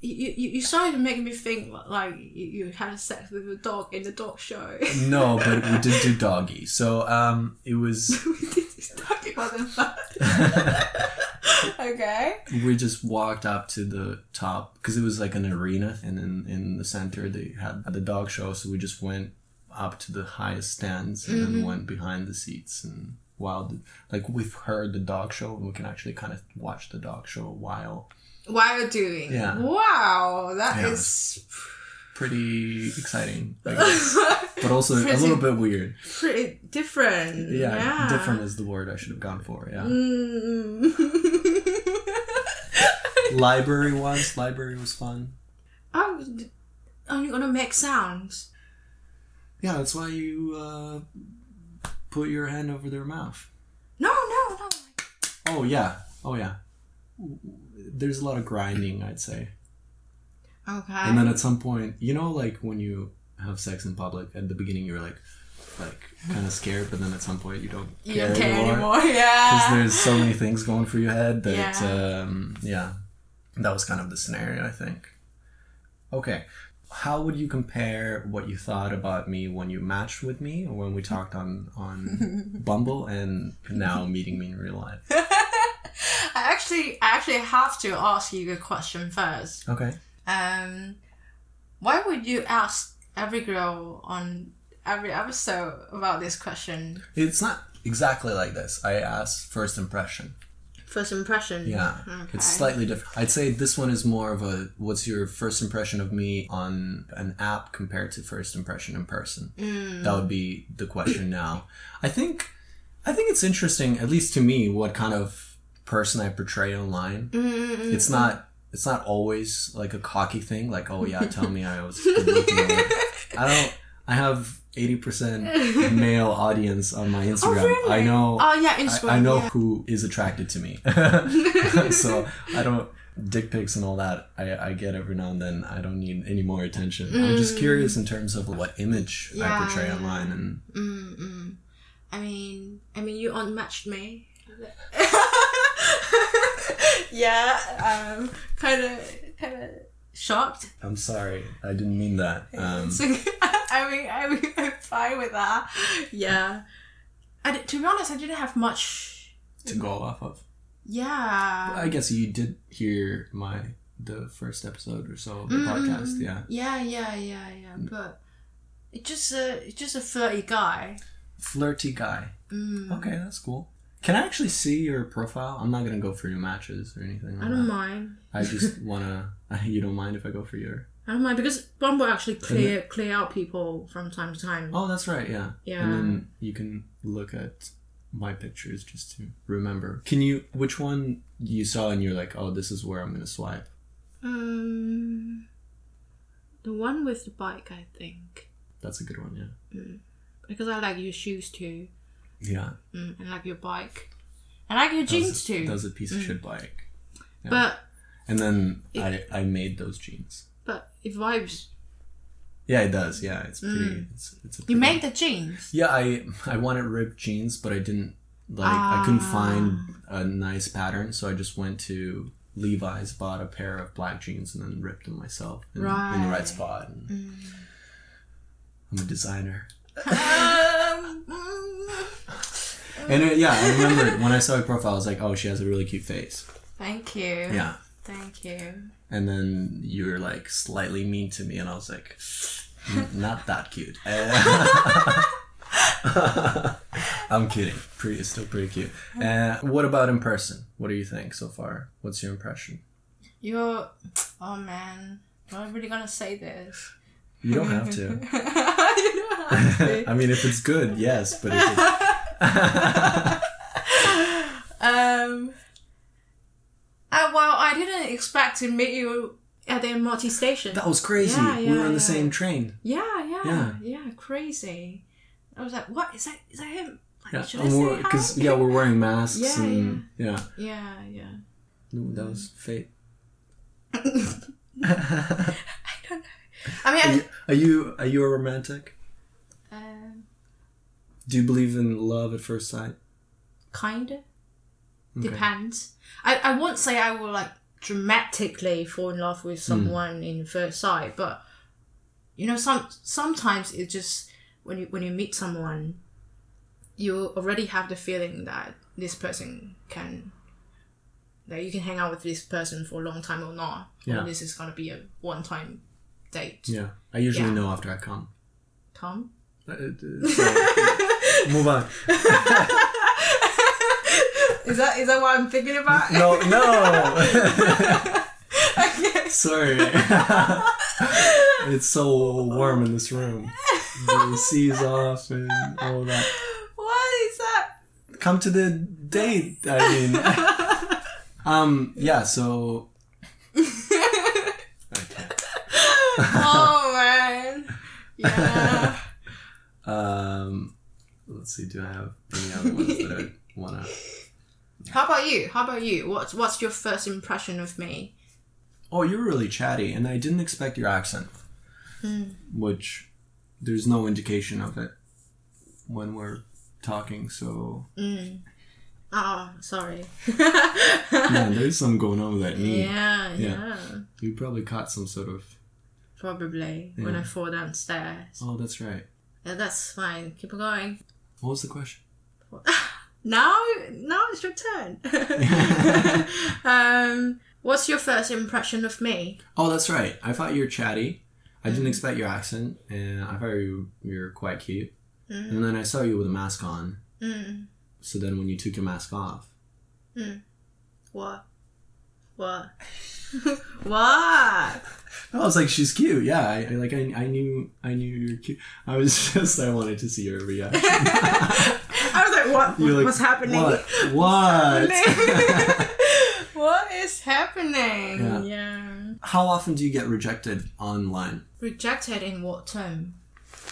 you, you, you started making me think like you, you had sex with a dog in the dog show.
No, but we did do doggy. So um, it was
we did this doggy motherfucker. okay.
we just walked up to the top because it was like an arena, and in in the center they had the dog show. So we just went up to the highest stands and then went behind the seats and while the, like we've heard the dog show and we can actually kind of watch the dog show while
While doing.
Yeah.
Wow, that
Yeah.
is
pretty exciting, I guess. but also a little bit weird.
pretty different.
Yeah, different is the word I should have gone for. Yeah.
Mm.
library was. Library was fun.
I was only Oh, gonna make sounds.
Yeah, that's why you uh, put your hand over their mouth.
No, no, no.
Oh yeah. Oh yeah. There's a lot of grinding, I'd say.
Okay.
And then at some point, you know, like when you have sex in public, at the beginning you're like, like kind of scared, but then at some point you don't
you
care
don't care
anymore.
anymore.
because
Yeah.
there's so many things going through your head that
Yeah.
um, yeah that was kind of the scenario i think okay how would you compare what you thought about me when you matched with me or when we talked on on bumble and now meeting me in real life
I actually, I actually have to ask you a question first.
okay
Um, why would you ask every girl on every episode about this question?
it's not exactly like this i asked first impression
First impression.
yeah
Okay.
it's slightly different i'd say this one is more of a what's your first impression of me on an app compared to first impression in person
Mm.
that would be the question now i think i think it's interesting at least to me what kind of person i portray online
Mm.
it's not it's not always like a cocky thing like oh yeah tell me i was good looking or whatever. i don't i have 80% male audience on my instagram
Oh, really?
i know
Oh yeah, Instagram.
I, I know
yeah.
who is attracted to me so i don't dick pics and all that I, I get every now and then i don't need any more attention i'm just
Mm.
curious in terms of what image i
Yeah.
portray online and
Mm, mm. I mean, I mean, you unmatched me. yeah, um, kind of, kind of shocked.
I'm sorry, I didn't mean that. Um,
So, I mean, I mean, I'm fine with that. Yeah, I di- to be honest, I didn't have much.
to go off of, I
Yeah,
guess you did hear my the first episode or so of the
Mm,
podcast.
mm,
Yeah,
yeah, yeah, yeah, yeah.
Mm.
But it's just a, it's just a flirty guy.
flirty guy.
Mm.
Okay, that's cool. Can I actually see your profile? I'm not gonna go for your matches or anything.
I
Like
don't
that.
mind.
I just wanna. you don't mind if I go for your?
I don't mind because Bumble actually clear clear out people from time to time.
Oh, that's right. Yeah.
yeah.
And then you can look at my pictures just to remember. Can you? Which one you saw and you're like, oh, this is where I'm gonna swipe.
Um, the one with the bike, I think,
That's a good one. Yeah.
because I like your shoes too,
Yeah.
mm, and I like your bike, and I like your jeans
That was a-
too. Mm.
That was a piece of shit bike. yeah.
But
And then I, I made those jeans.
but it vibes.
Yeah, it does. Yeah, it's pretty. It's, it's a
You
pretty,
make the jeans.
Yeah, I I wanted ripped jeans, but I didn't like. I couldn't find a nice pattern, so I just went to Levi's, bought a pair of black jeans, and then ripped them myself in, in the right
Right.
spot. And I'm a designer.
um, mm,
And uh, yeah, I remember when I saw her profile, I was like, "Oh, she has a really cute face."
thank you.
Yeah,
Thank you.
and then you were like slightly mean to me and i was like "N- not that cute Uh, i'm kidding pretty it's still pretty cute uh, what about in person what do you think so far what's your impression
You're. Oh man, am I really gonna say this?
you don't have to
You don't have to.
i mean if it's good yes but if it,
Um. Uh, well, I didn't expect to meet you at the MRT station.
that was crazy
Yeah,
we were on
yeah,
the
yeah.
same train
yeah, yeah,
Yeah.
yeah, crazy. I was like, what is that? Is that him? Like,
yeah
should I
and
say
we're-
hi?
'cause, yeah we're wearing masks
Yeah,
and yeah,
yeah, yeah.
No, that was fate
I don't know. I mean,
are you, are you are you a romantic
I, um,
do you believe in love at first sight
kinda
Okay.
depends. I I won't say I will like dramatically fall in love
Hmm.
with someone in first sight, but you know, some sometimes it just when you when you meet someone, you already have the feeling that this person can that you can hang out with this person for a long time or not.
Yeah.
Or this is gonna be a one time date.
Yeah, I usually
Yeah.
know after I come.
Tom?
Uh, uh, so, move on.
Is that is that what I'm thinking about?
No, no. Sorry. it's so warm in this room. The seas off and all that.
what is that?
Come to the date. I mean, um, yeah. So
oh man. Yeah.
Um, let's see. Do I have any other ones that I wanna?
How about you? How about you? What's what's your first impression of me?
Oh, you're really chatty, and I didn't expect your accent, which there's no indication of it when we're talking. So
Oh, Mm. sorry.
man, there's some going on with that knee.
yeah, yeah,
You probably caught some sort of.
Probably when
Yeah.
I fall downstairs.
Oh, that's right.
Yeah, that's fine. Keep going.
What was the question?
Now, now it's your turn. um, what's your first impression of me?
Oh, that's right. I thought you were chatty. I didn't expect your accent, and I thought you you were quite cute. And then I saw you with a mask on.
Mm.
So then, when you took your mask off,
What? What? what?
I was like, "She's cute." Yeah, I, I like I, I knew I knew you were cute. I was just I wanted to see your reaction.
I was like, what?
You're like,
what's happening?
What? What?
what is happening?
Yeah.
yeah.
How often do you get rejected online?
Rejected in what term?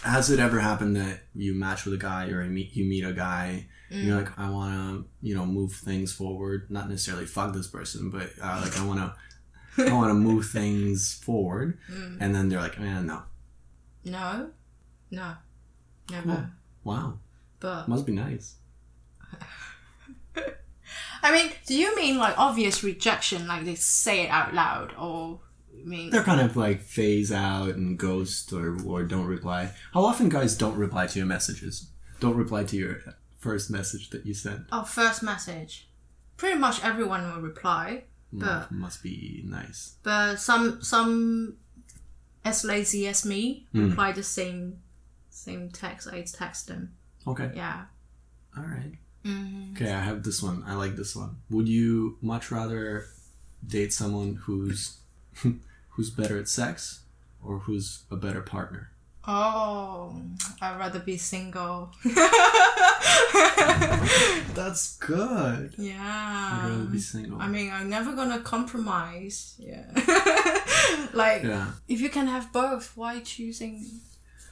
Has it ever happened that you match with a guy or you meet you meet a guy? And
Mm.
you're like, I want to, you know, move things forward. Not necessarily fuck this person, but uh, like I want to. I want to move things forward,
Mm.
and then they're like, "Man, no,
No, no, never.
Cool. wow,
But
must be nice."
I mean, do you mean like obvious rejection, like they say it out loud, or you mean
They're kind of like phase out and ghost or or don't reply. How often guys don't reply to your messages? Don't reply to your first message that you sent.
oh first message? Pretty much everyone will reply,
Mm.
but
Must be nice.
but some some as lazy as me
Mm.
reply the same same text I text them.
Okay.
Yeah. Mm-hmm.
All right. Okay, I have this one. I like this one. Would you much rather date someone who's who's better at sex or who's a better partner?
Oh, I'd rather be single.
That's good. I'd rather
yeah.
be single.
Um, I mean, I'm never gonna compromise. Yeah. like,
yeah.
if you can have both, why choosing?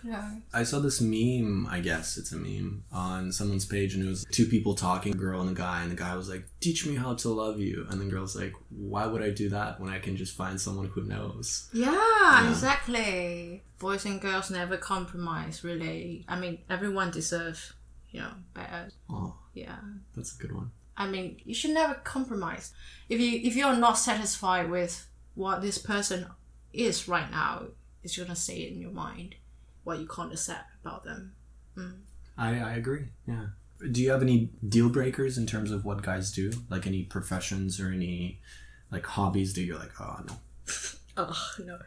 Yeah.
I saw this meme, I guess it's a meme, on someone's page, and it was two people talking, a girl and a guy, and the guy was like, Teach me how to love you. And the girl's like, Why would I do that when I can just find someone who knows?
Yeah, exactly. Boys and girls never compromise, really. I mean, everyone deserves, you know, better.
Oh,
Yeah.
that's a good one.
I mean, you should never compromise. If you if you're not satisfied with what this person is right now, it's gonna stay in your mind what you can't accept about them.
I, I agree. Yeah. Do you have any deal breakers in terms of what guys do? Like any professions or any like hobbies that you're like, oh no,
Oh no.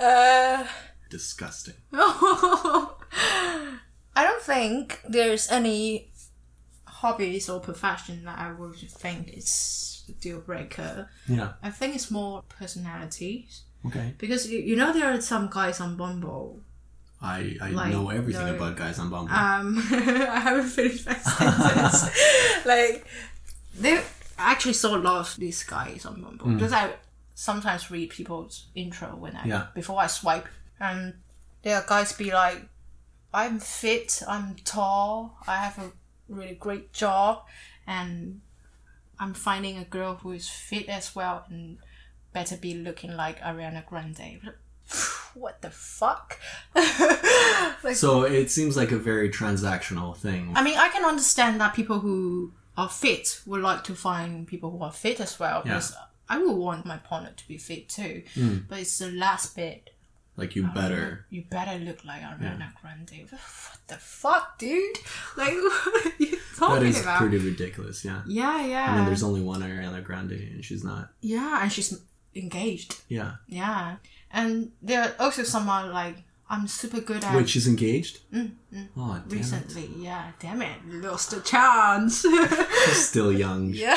uh,
disgusting.
I don't think there's any hobbies or profession that I would think is a deal breaker.
Yeah.
I think it's more personalities
Okay.
because you, you know there are some guys on Bumble
I, I
Like,
know everything
no-
about guys on Bumble.
Um, I haven't finished my sentence. like, they I actually saw a lot of these guys on Bumble because I sometimes read people's intro when I
Yeah.
before I swipe, and there are guys be like, "I'm fit, I'm tall, I have a really great job, and I'm finding a girl who is fit as well and better be looking like Ariana Grande." What the fuck? Like,
so it seems like a very transactional thing.
I mean, I can understand that people who are fit would like to find people who are fit as well. Because I would want my partner to be fit too.
Hmm.
But it's the last bit.
Like
Uh,
you better.
You better look like Ariana Grande. What the fuck, dude? Like, what are you
That
talking
is
about?
pretty ridiculous. Yeah.
Yeah, yeah.
And then there's only one Ariana Grande, and she's not.
yeah, and she's engaged.
Yeah.
Yeah. And there are also some are like, I'm super good at
Wait, she's engaged.
Mm,
Oh, damn it.
recently. Yeah, damn it. Lost a chance.
She's still young.
yeah.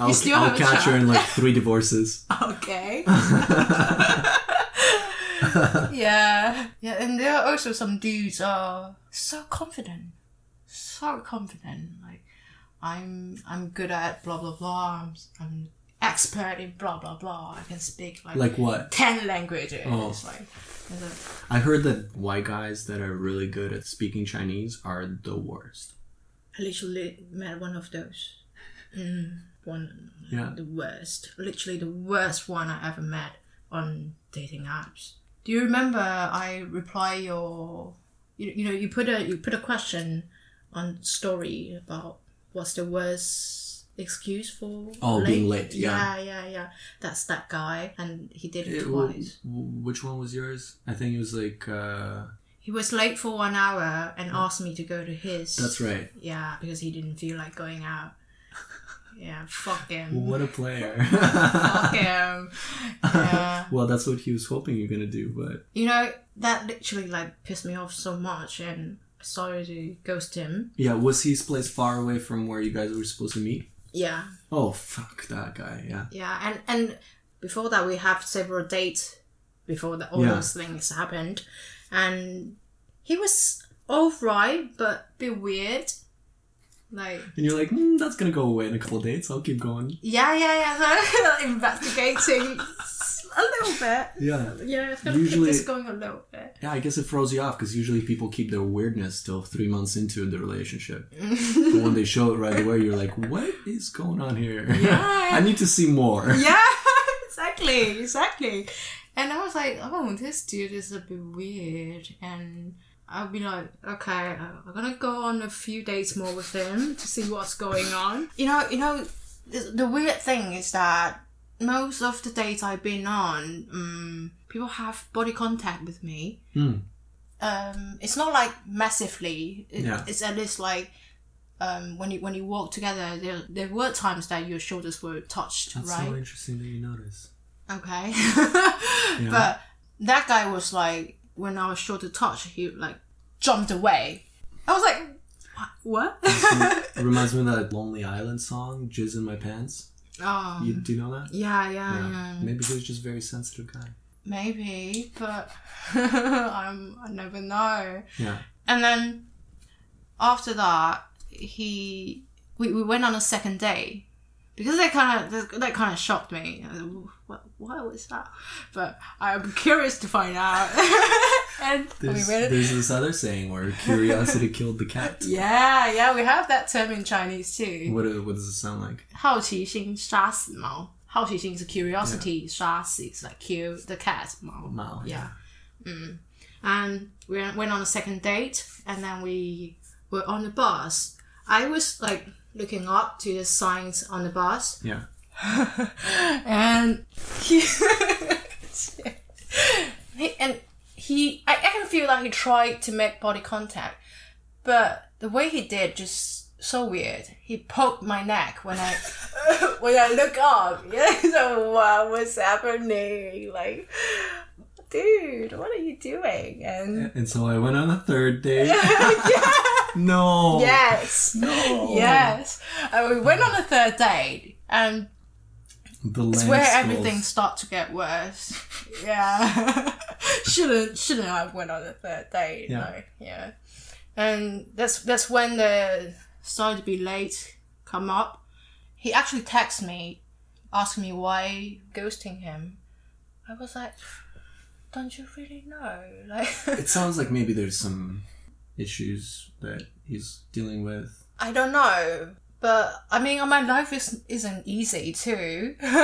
I'll,
still have
I'll
a
catch her
child.
in like three divorces.
Okay. yeah. Yeah, and there are also some dudes are so confident. So confident. Like I'm I'm good at blah blah blah. I'm, I'm expert in blah blah blah. I can speak like,
Like what?
ten languages.
Oh.
It's like, it's like,
I heard that white guys that are really good at speaking Chinese are the worst.
I literally met one of those. Mm, one
Yeah.
the worst, literally the worst one I ever met on dating apps. Do you remember I reply your, you, you know, you put a you put a question on story about what's the worst excuse for
Oh, being late, yeah.
yeah yeah yeah that's that guy and he did it,
It- w-
twice
w- which one was yours? I think it was like. Uh,
he was late for one hour and asked me to go to his
that's right.
yeah because he didn't feel like going out yeah fuck him
What a player.
fuck him yeah
well, that's what he was hoping you're gonna do, but
You know, that literally like pissed me off so much and I started to ghost him.
yeah, was his place far away from where you guys were supposed to meet?
Yeah,
Oh fuck that guy. Yeah.
yeah. And and before that we have several dates before that all
Yeah.
those things happened. And he was alright but a bit weird. Like
And you're like, mm, that's gonna go away in a couple dates. I'll keep going.
yeah, yeah, yeah. So investigating s- a little bit.
Yeah.
Yeah, it's gonna
Usually-
keep this going a little bit.
Yeah, I guess it throws you off because usually people keep their weirdness till three months into the relationship. but when they show it right away, you're like, what is going on here?
Yeah.
I need to see more.
yeah, exactly, exactly. And I was like, oh, this dude is a bit weird. And I'll be like, okay, I'm gonna go on a few dates more with him to see what's going on. You know, you know, the the weird thing is that most of the dates I've been on, um, people have body contact with me.
Hmm.
Um, it's not like massively. It,
Yeah.
It's at least like um, when you when you walk together, there there were times that your shoulders were touched,
That's
right?
so interesting that you notice.
Okay. But that guy was like, when I was sure to touch, he like jumped away. I was like, "Wha- what?
It reminds me of that Lonely Island song, Jizz in My Pants.
oh.
You, do you know that?
Yeah, yeah, yeah.
Maybe he was just a very sensitive guy.
Maybe, but I'm, I never know.
Yeah.
And then after that, he we, we went on a second date because that kind of that kind of shocked me. I was like, What what was that? But I'm curious to find out. and we
There's,
went.
there's this other saying where curiosity killed the cat.
Yeah, yeah, we have that term in Chinese too.
What, do- what does it sound like?
好奇心杀死猫。好奇心 is curiosity, 杀死 is like kill the cat 猫。
Mao.
Yeah. Mm. and we went on a second date and then we were on the bus i was like looking up to the signs on the bus
Yeah.
and he, he and he I, I can feel like he tried to make body contact but the way he did just so weird he poked my neck when i when i look up yeah so wow what's happening like dude what are you doing and
And so I went on a third date. No.
yes Oh.
No.
yes and we went on a third date and
The lens
It's where
goes-
everything starts to get worse. Yeah. shouldn't shouldn't have went on the third date.
Yeah.
No. Yeah. And that's that's when the started to be late come up. He actually texted me, asking me why ghosting him. I was like, don't you really know? Like,
It sounds like maybe there's some issues that he's dealing with.
I don't know. But I mean, my life is, isn't easy too.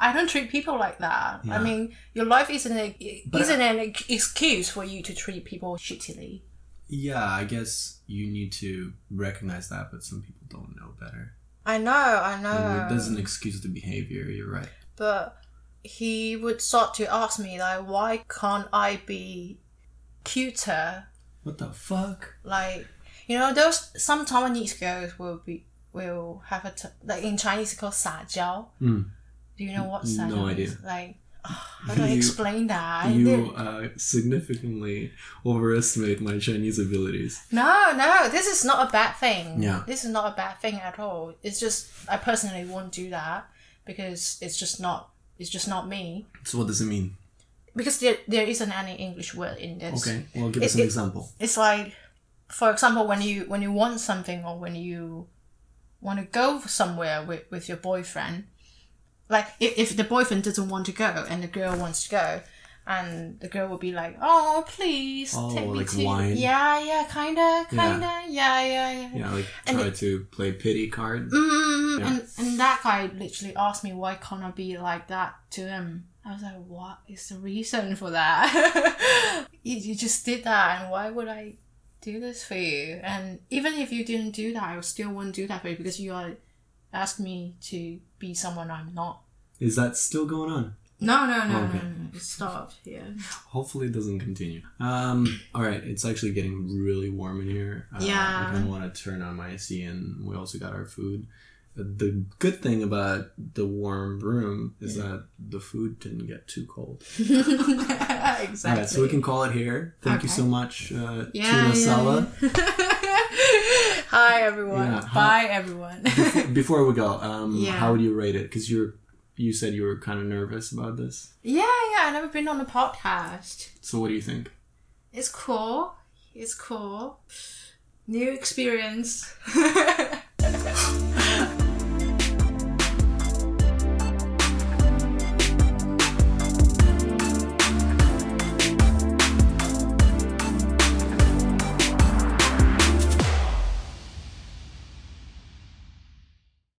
I don't treat people like that.
Yeah.
I mean, your life isn't a,
But-
isn't an ex- excuse for you to treat people shittily.
Yeah, I guess you need to recognize that, but some people don't know better.
I know, I
And
know.
it doesn't excuse the behavior. You're right.
But he would start to ask me like, why can't I be cuter?
What the fuck?
Like, you know, those some Taiwanese girls will be will have a t- like in Chinese it's called 撒娇.
Mm.
Do you know what
No
saddle
idea.
Is? Like, oh, how do I
You-
explain that? I
You
didn't-
uh, significantly overestimate my Chinese abilities.
No, no, this is not a bad thing.
Yeah.
This is not a bad thing at all. It's just I personally won't do that because it's just not it's just not me.
So what does it mean?
Because there, there isn't any English word in this.
Okay, well, give us
it-
an
it-
example.
It's like for example when you when you want something or when you want to go somewhere with, with your boyfriend like if, if the boyfriend doesn't want to go and the girl wants to go and the girl will be like oh please
Oh,
take me
like
to
whine.
yeah yeah kinda kinda yeah yeah yeah,
Yeah, like
And
try to play pity card.
Mm,
Yeah.
and, and that guy literally asked me why can't I be like that to him I was like what is the reason for that you, you just did that and why would I do this for you and even if you didn't do that I still wouldn't do that for you because you are asking me to be someone I'm not
Is that still going on?
no, no, no,
Okay.
no, no, no. It stopped. Yeah.
Hopefully it doesn't continue. Um, all right, it's actually getting really warm in here. Uh,
Yeah.
I kind of want to turn on my AC, and we also got our food. Uh, The good thing about the warm room is that the food didn't get too cold.
exactly.
All right, so we can call it here. Thank you
Okay.
so much, uh,
Yeah,
Tuna
yeah,
Sala.
yeah. Hi everyone.
Yeah, hi.
Bye everyone.
Before we go, um,
Yeah.
how would you rate it? Because you're, you said you were kind of nervous about this.
yeah, yeah. I've never been on a podcast.
So what do you think?
It's cool. It's cool. New experience.